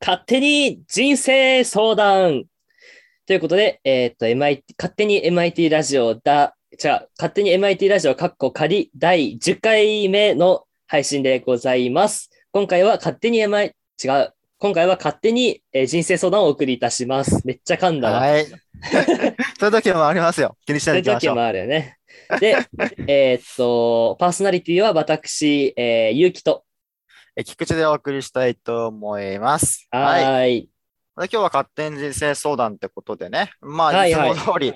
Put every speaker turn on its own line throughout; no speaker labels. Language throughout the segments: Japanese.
勝手に人生相談ということで、えーっと、MIT、勝手に MIT ラジオだ、じゃあ、勝手に MIT ラジオカッコ仮第10回目の配信でございます。今回は勝手に MIT、違う。今回は勝手に、えー人生相談をお送りいたします。めっちゃ噛んだわ。
はい。 そういう時もありますよ。気にしな
そ
いうで
い
いうき
時
ましょう。
もあるよね。で、 えーっと、パーソナリティは私、えー、ゆうきと。
え菊池でお送りしたいと思います。
は
はい。
ーい。
今日は勝手に人生相談ってことでね。ま
は
あ、
い
いつ
はい
も通り、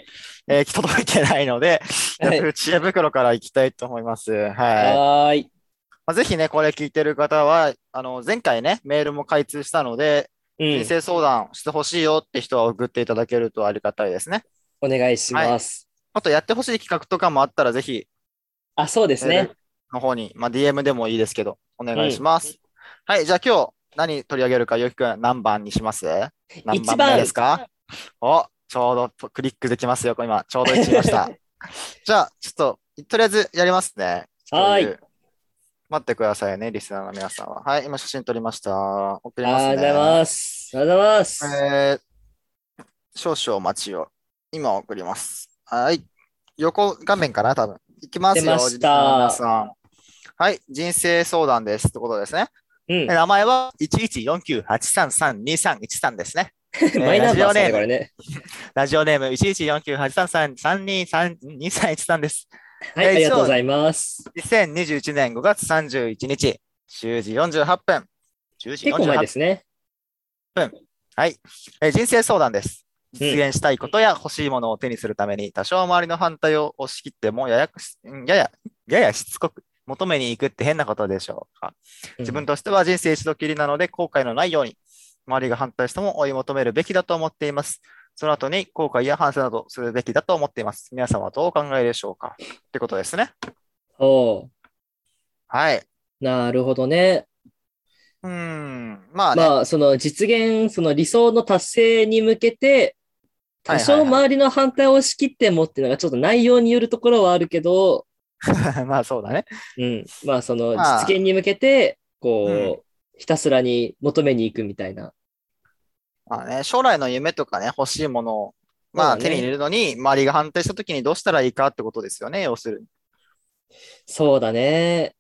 えー届いてないので、
はい
やっぱり知恵袋から行きたいと思います。はい。ま
はーい。
あ、ぜひね、これ聞いてる方は、あの、前回ね、メールも開通したので、
うん
人。生相談してほしいよって人は送っていただけるとありがたいですね。
お願いします。
あと、やってほしい企画とかもあったら、ぜひ、
あ、そうです
メー
ね
ル。の方に、まあ、DM でもいいですけど、お願いします。はい、じゃあ今日何取り上げるか、ゆきくん何番にします何番目ですかお、ちょうどポクリックできますよ、今、ちょうど一致ま した。じゃあ、ちょっと、とりあえずやりますね。
はーい
共有。待ってくださいね、リスナーの皆さんは。はい、今写真撮りました。送りますね。
ありがとうございます。ありがとうございます。
えー少々お待ちを。今送ります。はい。横画面かな多分。いきますよ。
出ました
リスナーの皆さんはい。人生相談です。ってことですね。
うん
で名前は1149833231ですね。
マイナンバーですね、
ラジオネーム
これね。
ラジオネーム1149833231です。
はい、
えー
ありがとうございます。
2021年5月31日、10時48分。10時
結構前
48
ですね。
はい、えー人生相談です。
うん
実現したいことや欲しいものを手にするために、多少周りの反対を押し切ってもややくし、んやや、ややしつこく求めに行くって変なことでしょうか。自分としては人生一度きりなので後悔のないように、周りが反対しても追い求めるべきだと思っています。その後に後悔や反省などするべきだと思っています。皆さんはどうお考えでしょうかってことですね。
うん。お
はい。
うなるほどね。
うーん。まあね。
まあ、その実現、その理想の達成に向けて、多
はい
少
はいは
周りの反対を押し切ってもっていうのがちょっと内容によるところはあるけど、
まあそうだね。
うん。まあ、その
まあ
実現に向けて、
うん
こう、ひたすらに求めに行くみたいな。
まあね、将来の夢とかね、欲しいものを、まあ、
そうだね
手に入れるのに、周りが反対したときにどうしたらいいかってことですよね、要するに。
そうだね。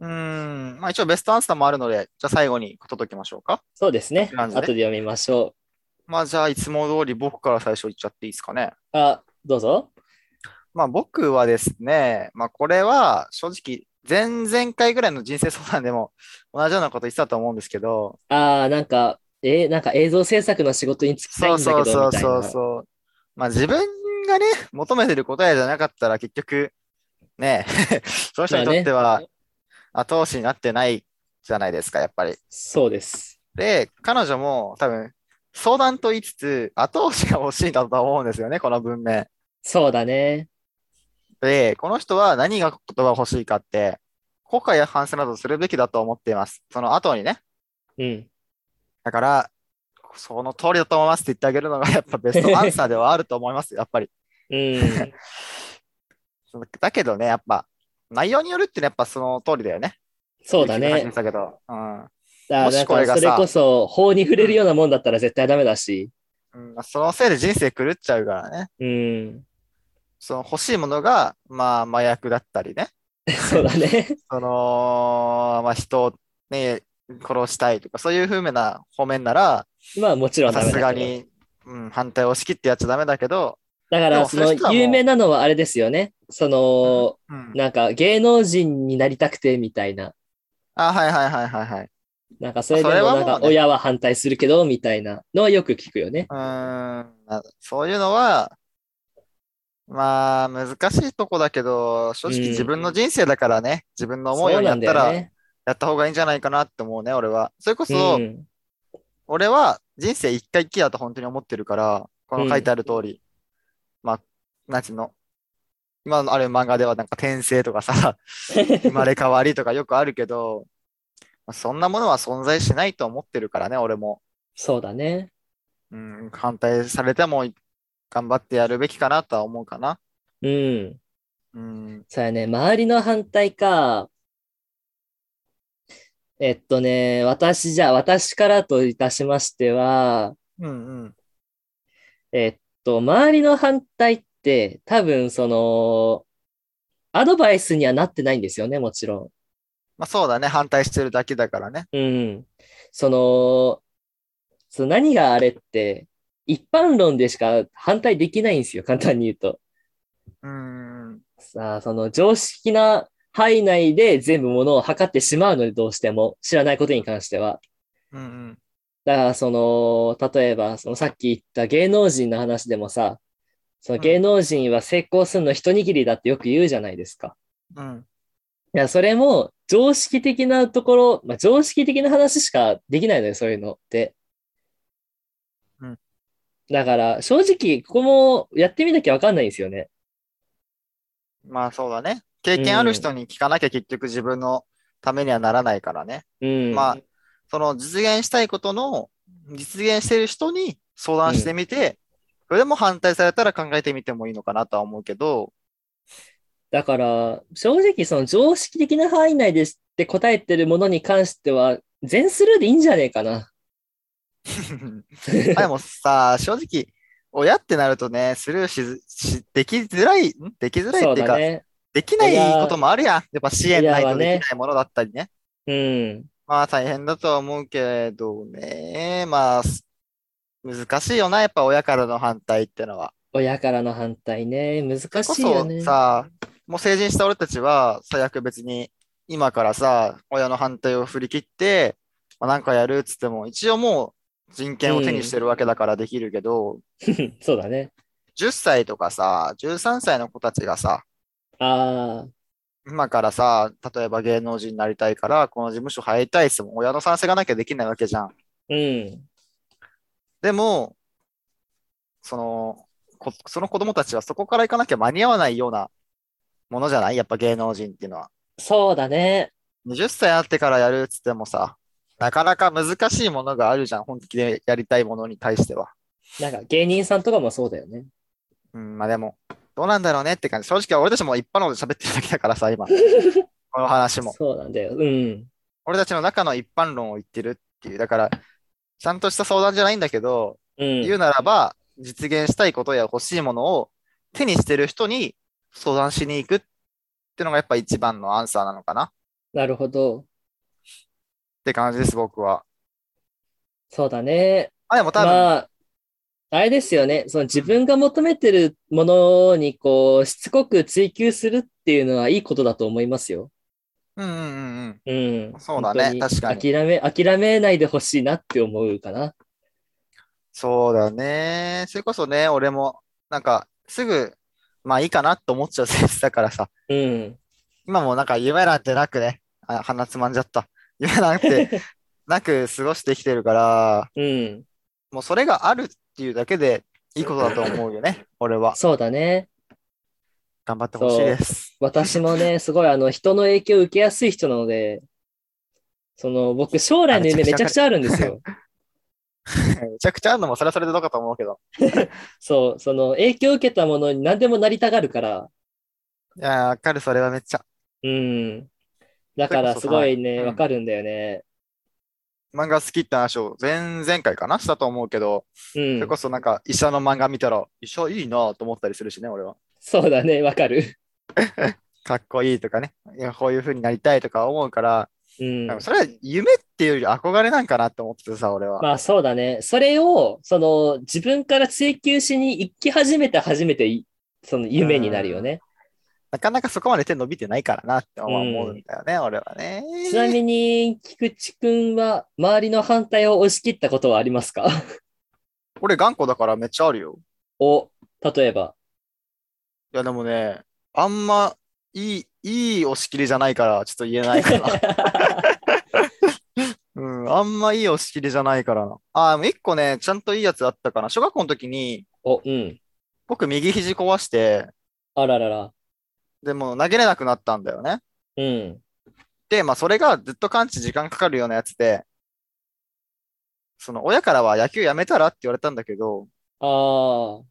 うーん、まあ一応ベストアンサーもあるので、じゃあ最後に届きましょうか。
そうですね。
こんな
後
感じね
で読みましょ
まあじゃあいつも通り僕から最初言っちゃっていいですかね。
う。あ、どうぞ。
まあ僕はですね、まあこれは正直、前々回ぐらいの人生相談でも同じようなこと言ってたと思うんですけど、
ああ、なんか、えーなんか映像制作の仕事に就きたいん
そ
だ
う
け
そ
ど、
うそう
みたい
そう
な。
そう。まあ自分がね、求めてる答えじゃなかったら結局、ね え、その人にとって
まあ
は
ね
後押しになってないじゃないですか、やっぱり。
そうです。
で、彼女も多分、相談と言いつつ、後押しが欲しいんだと思うんですよね、この文面。
そうだね。
で、この人は何が言葉欲しいかって、後悔や反省などするべきだと思っています。その後にね。
うん。
だから、その通りだと思いますって言ってあげるのがやっぱベストアンサーではあると思います、やっぱり。
うん。
そのだけどね、やっぱ、内容によるってね、やっぱその通りだよね。
そうだ
さっき
ね
も話しまし。たけど、うん
だ
も
な
し
ん
これ
か
が
そ
さ
れこそ法に触れるようなもんだったら絶対ダメだし。
うんまあそのせいで人生狂っちゃうからね。
うん。
その欲しいものが、まあ、麻薬だったりね。
そうだね。
その、まあ、人をね、殺したいとか、そういう風な方面なら、
まあもちろんダ
さ
メだ
す
けど
が。に、うん、反対を押し切ってやっちゃダメだけど、
だか
で
ら
も
そ
その人は
の
もう
有名なのはあれですよね。その、
うん、
なんか芸能人になりたくてみたいな。
あ、はいはいはいはいはい。
なんかそれでも
それは
な
もうんね
か親は反対するけどみたいなのはよく聞くよね。
うーん、なそういうのは、まあ、難しいとこだけど、正
うん
直自分の人生だからね、自分の思う
そう
よ
う
に
な
やっ
ん
た
だ
ら、
よね。
やった方がいいんじゃないかなって思うね、俺は。それこそ、
うん。
俺は人生一回きりだと本当に思ってるから、この書いてある通り、まあ、なんちゅうの、今のある漫画ではなんか転生とかさ、 生まれ変わりとかよくあるけど、まあそんなものは存在しないと思ってるからね、俺も。
そうだね。
うん、反対されても頑張ってやるべきかなとは思うかな。
うん。
うん、
そうやね、周りの反対か。えっとね、私じゃあ、私からといたしましては、
うんうん。
えっと、周りの反対って、多分、その、アドバイスにはなってないんですよね、もちろ
まあそうだね。反対してるだけだからね。
ん。うん。その、その何があれって、一般論でしか反対できないんですよ、簡単に言うと。
うんうん。
さあ、その常識な範囲内で全部ものを測ってしまうので、どうしても、知らないことに関しては。
うんうん。
だから、その、例えば、そのさっき言った芸能人の話でもさ、その芸能人は成功するの一握りだってよく言うじゃないですか。
うん。
いや、それも常識的なところ、まあ、常識的な話しかできないのよ、そういうのって。
うん。
だから、正直、ここもやってみなきゃわかんないんですよね。
まあそうだね。経験ある人に聞かなきゃ結局自分のためにはならないからね。
うん。
まあ、その実現したいことの実現してる人に相談してみて、それでも反対されたら考えてみてもいいのかなとは思うけど、
だから、正直その常識的な範囲内ですって答えてるものに関しては、全スルーでいいんじゃねえかな。
あでもさ、正直、親ってなるとね、スルーしずし、できづらい、んできづらい
そ
っ
う
ていう
だ
か、
ね。
できないこともあるやん。やっぱ支援ない
親は
とでき
ね
ないものだったりね。
うん。
まあ大変だとは思うけどね、まあ、す難しいよな、やっぱ親からの反対ってのは。
親からの反対ね。難
こ
しいよ
そ
ね。
さ、もう成人した俺たちは、最悪別に今からさ、親の反対を振り切って、まあ、なんかやるっつっても、一応もう人権を手にしてるわけだからできるけど、
そうだね。
10歳とかさ、13歳の子たちがさ、
ああ、
今からさ、例えば芸能人になりたいから、この事務所入りたいっつっても、親の賛成がなきゃできないわけじゃん。
うん。
でも、その、こその子供たちはそこから行かなきゃ間に合わないようなものじゃないやっぱ芸能人っていうのは。
そうだね。
20歳になってからやるっつってもさ、なかなか難しいものがあるじゃん、本気でやりたいものに対しては。
なんか芸人さんとかもそうだよね。
うん、まあでも、どうなんだろうねって感じ。正直俺たちも一般のこと喋ってるだけだからさ、今。この話も。
そうなんだよ。うん。
俺たちの中の一般論を言ってるっていう。だから、ちゃんとした相談じゃないんだけど、
うん。
言うならば、実現したいことや欲しいものを手にしてる人に相談しに行くってのがやっぱ一番のアンサーなのかなっ
なるほど。
て感じです、僕は。
そうだね。
あ、でも多分、
まあ、あれですよね。その自分が求めてるものにこう、しつこく追求するっていうのはいいことだと思いますよ。
うんうんうんうん。
うん。
そうだね
本当
確かに
諦め、諦めないでほしいなって思うかな。
そうだね。それこそね、俺も、なんか、すぐ、まあいいかなと思っちゃう性質だからさ、
うん。
今もなんか夢なんてなくね、あ、鼻つまんじゃった。夢なんてなく過ごしてきてるから、
うん。
もうそれがあるっていうだけでいいことだと思うよね、 俺は。
そうだね。
頑張ってほしいです。
私も ね、すごいあの、人の影響を受けやすい人なので、その、僕、将来の夢
あ
めち
めち
ゃ
ゃ
く
く
ち
ち
ゃあるんですよ。
めちゃくちゃあるのもそれはそれでどうかと思うけど。
そう、その、影響を受けたものに何でもなりたがるから、
いやー、わかる、それはめっちゃ。
うん。だから、すごいね、
うん
わかるんだよね。
漫画好きって話を前々回かなしたと思うけど、
うん。
それこそなんか医者の漫画見たら、医者いいなと思ったりするしね、俺は。
そうだね、わかる。
かっこいいとかね、いやこういう風になりたいとか思うから、
うん。
なんかそれは夢っていうより憧れなんかなって思っててさ、俺は。
まあそうだね。それを、その、自分から追求しに行き始めて初めてい、その夢になるよね。
なかなかそこまで手伸びてないからなって思うんだよね、俺はね。
ちなみに、菊池くんは、周りの反対を押し切ったことはありますか
俺頑固だからめっちゃあるよ。
お、例えば。
いやでもね、あんまいい、いい押し切りじゃないから、ちょっと言えないかな。うん、あんまいい押し切りじゃないからな。あー、でも一個ね、ちゃんといいやつあったかな。小学校の時に、
お、うん。
僕右肘壊して、
あららら。
でも投げれなくなったんだよね。
うん。
で、まあ、それがずっと完治時間かかるようなやつで、その親からは野球やめたらって言われたんだけど、
あ
そ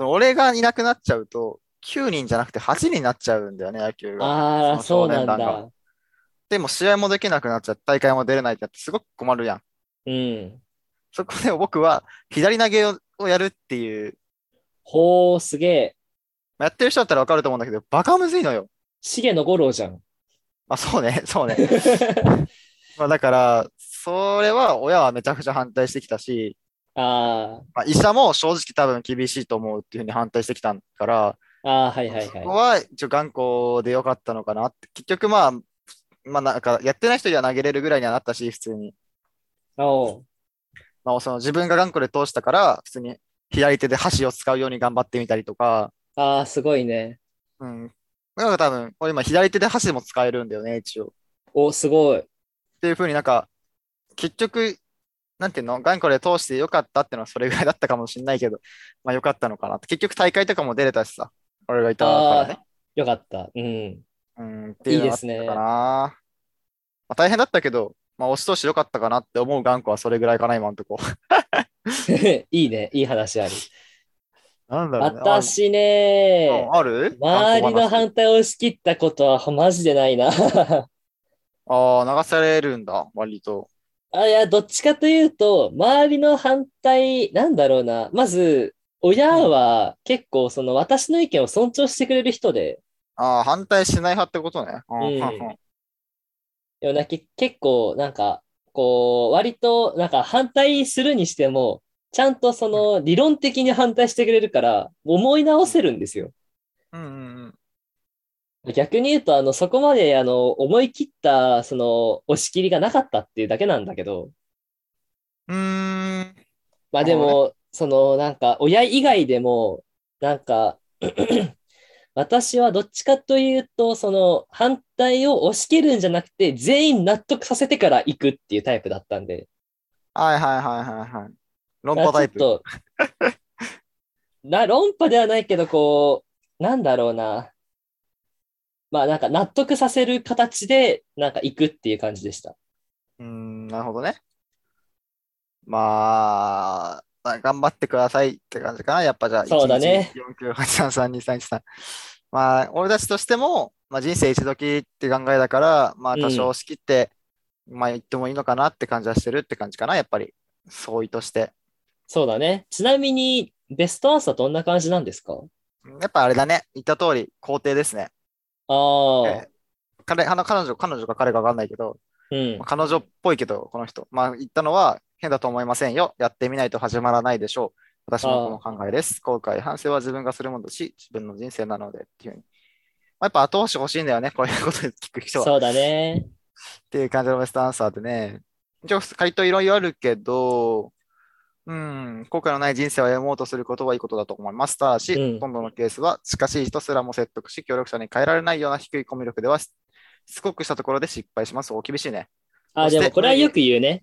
の俺がいなくなっちゃうと、9人じゃなくて8人になっちゃうんだよね、野球
あ、
が。
ああ、そ
そうう
なん
少年団
だ。
でも試合もできなくなっちゃって、大会も出れないってなって、すごく困るやん。
うん。
そこで僕は、左投げををやるっていう、
ほー、すげえ。
まあやってる人だったらわかると思うんだけど、バカむずいのよ。
シゲの五郎じゃ ん。
まあそうね、 そうね。まあだから、それは親はめちゃくちゃ反対してきたし、
あ
まあ、医者も正直多分厳しいと思うっていうふうに反対してきたから、
あ、ああ、はいはい
そこ
は
は一応頑固でよかったのかなって。結局まあ、まあなんかやってない人には投げれるぐらいにはなったし、普通に。
い。おう
まあその自分が頑固で通したから、普通に左手で箸を使うように頑張ってみたりとか、
ああ、すごいね。
うん。だから多分、俺今左手で箸も使えるんだよね、一応。
お、すごい。
っていうふうになんか、結局、なんていうの、頑固で通してよかったってのはそれぐらいだったかもしれないけど、まあよかったのかなって。結局大会とかも出れたしさ、俺がいたからね。
よかった。うん。
うん、っていうのがあった
いいですね
かな。まあ、大変だったけど、まあ押し通してよかったかなって思う頑固はそれぐらいかな、今んとこ。
いいね。いい話ある。
なんだろう、ね、
私
あ
ね、
あ
周り
る
の
頑固話
反対を押し切ったことはほマジでない な。
ああ、流されるんだ、割と。
あ、いや、どっちかというと、周りの反対、なんだろうな。まず、親は結構その私の意見を尊重してくれる人で、
ああ、反対しない派ってことね。うん
うん
うん
でもなんか結構なんか、こう、割となんか反対するにしても、ちゃんとその理論的に反対してくれるから、思い直せるんですよ。
うんうん
逆に言うと、あの、そこまで、あの、思い切った、その、押し切りがなかったっていうだけなんだけど、
うん。うーん。
まあで
なる
も、その、なんか、親以外でも、なんか、 私はどっちかというと、その、反対を押し切るんじゃなくて、全員納得させてから行くっていうタイプだったんで、
はいはいはいはいはい。論
まあ
破タイプ。
ちょっと、 な、論破ではないけど、こう、なんだろうな。まあなんか納得させる形で、なんか行くっていう感じでした。
うーん、なるほどね。まあ、まあ頑張ってくださいって感じかな。やっぱじゃあ、
そうだね
1 1 4 9 8 3 3 2 3 1 3まあ、俺たちとしても、まあ、人生一時って考えだから、まあ、
うん
多少仕切って、まあ、言ってもいいのかなって感じはしてるって感じかな。やっぱり、相違として。
そうだね。ちなみに、ベストアンサーどんな感じなんですか
やっぱあれだね。言った通り、肯定ですね。
ああ
え、彼、あの、彼女、彼女か彼かわかんないけど、
うん
まあ。彼女っぽいけど、この人。まあ、言ったのは、変だと思いませんよ。やってみないと始まらないでしょう。私もこの考えです。後悔、反省は自分がするものだし、自分の人生なので、っていうふうに。まあ、やっぱ後押し欲しいんだよね。こういうことで聞く人は。っ
そうだね。
ていう感じのベストアンサーでね。一応、回答いろいろあるけど、うん、後悔のない人生を歩もうとすることはいいことだと思います。ただし、
うん
ほとんどのケースは、近しい人すらも説得し、協力者に変えられないような低いコミュ力では、しつこくしたところで失敗します。お厳しいね。
あー
そし
で
て
もこれはよく言うね。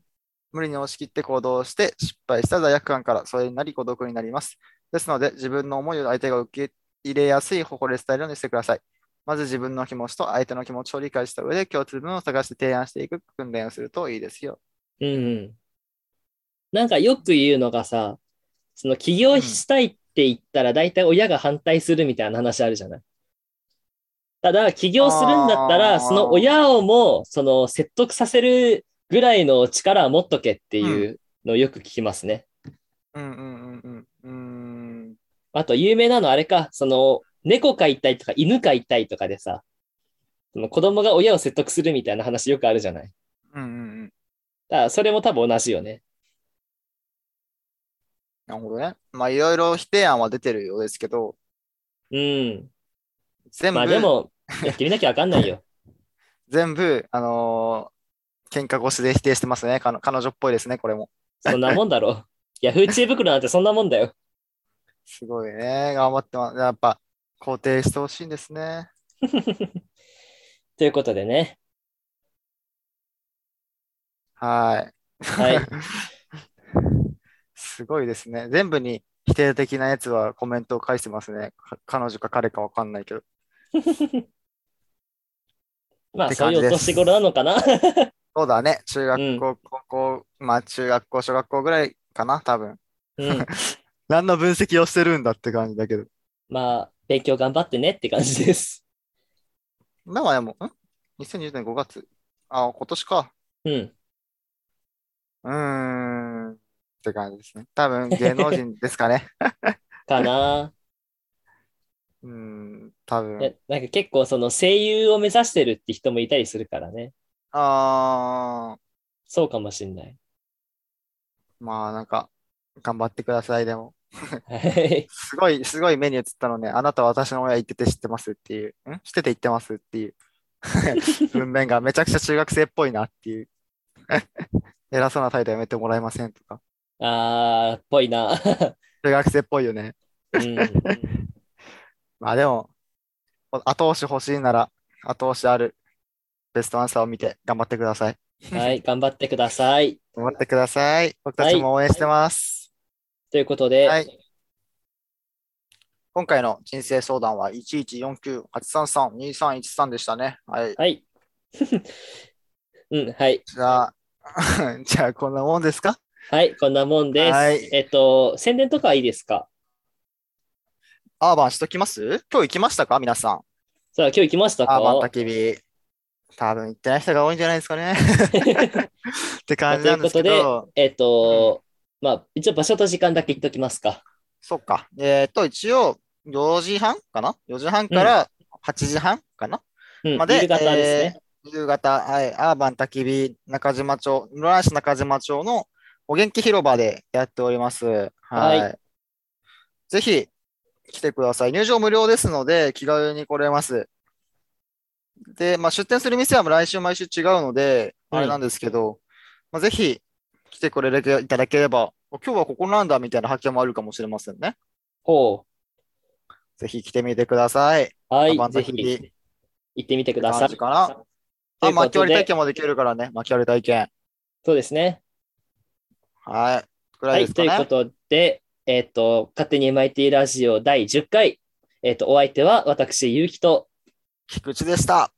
無理に押し切って行動して失敗した罪悪感からそれになり孤独になります。ですので、自分の思いを相手が受け入れやすい方向で伝えるようにしてください。まず自分の気持ちと相手の気持ちを理解した上で共通分を探して提案していく訓練をするといいですよ。
うんうん。なんかよく言うのがさ、その起業したいって言ったら大体親が反対するみたいな話あるじゃない。ただ、起業するんだった
あ
ら、
ー
その親をも、その説得させるぐらいの力は持っとけっていうのをよく聞きますね。
うんうんうんうん。うーん。
あと、有名なのあれか、その、猫飼いたいとか犬飼いたいとかでさ、その子供が親を説得するみたいな話よくあるじゃない。
うんうんうん。
だからそれも多分同じよね。
なるほどね。まあいろいろ否定案は出てるようですけど、
うん。
全部、
まあでも、やってみなきゃわかんない よ。
全部、あのー喧嘩越しで否定してますね。彼彼女っぽいですね、これも。
そんなもんだろう。いや、フーチュー袋なんてそんなもんだよ。
すごいね。頑張ってます。やっぱ、肯定してほしいんですね。
ということでね。
はい。
はい。
すごいですね。全部に否定的なやつはコメントを返してますね。か彼女か彼かわかんないけど。
ま
っ
あ、
て
そう
感
い
じ
うお
です
年頃なのかな。
そうだね。中
うん
学校、高校、まあ中学校、小学校ぐらいかな、多分。
うん。
何の分析をしてるんだって感じだけど。
まあ、勉強頑張ってねって感じです。
まあでも、ん ?2020 年5月。あ、今年か。
うん。
うーん。って感じですね。多分芸能人ですか ね。
かな。
うーん、多分。
ねなんか結構その声優を目指してるって人もいたりするからね。
あ
そうかもしんない。
ー、まあなんか、頑張ってください、でも。
はい
すごい、すごい目に映ったのね。あなたは私の親言ってて知ってますっていう。ん知ってて言ってますっていう。 文面がめちゃくちゃ中学生っぽいなっていう。 偉そうな態度やめてもらえませんとか。
あー、っぽいな。
中学生っぽいよね。
うん。
まあでも、お後押し欲しいなら、後押しあるベストアンサーを見て頑張ってください。
はい、頑張ってください。
頑張ってください。僕たちも応援してます。
ということで、
はい今回の人生相談は11498332313でしたね。はい。
はい。 うん、はい。
じゃあ、 じゃあこんなもんですか
はい、こんなもんです。
はい
えっと、宣伝とかはいいですか
アーバンしときます今日行きましたか皆さん。
さあ、今日行きましたか
アーバン焚き火。多分行ってない人が多いんじゃないですか ね。って感じなんですけ
という
ど、
えっと、まあ、一応場所と時間だけ言っときますか。
そっか。えっ、と、一応、4時半かな ?4 時半から8時半かな、
うん、
まで、
夕方ですね。
えー夕方、はい、アーバン焚き火中島町、室蘭市中島町のお元気広場でやっております。はい。
は
ぜひ来てください。入場無料ですので、気軽に来れます。で、まあ、出店する店はもう来週毎週違うので、
うん
あれなんですけど、まあ、ぜひ来てくれれいただければ、お今日はここなんだみたいな発見もあるかもしれませんね。
ほ
ぜひ来てみてください。
う。は
アバ
い、
ンタ
ぜ
ヒ
ひ
ビ
行ってみてくださ
感
い。
じかな
とい
あ、
うこ
巻き
と
割り体
で、
験もできるからね。巻き割り体験。
そうですね。
はい。くら
はいい、
です
と
か
い
ね。
うことで、えっと、勝手に MIT ラジオ第10回、えっと、お相手は私、ゆうきと、
菊池でした。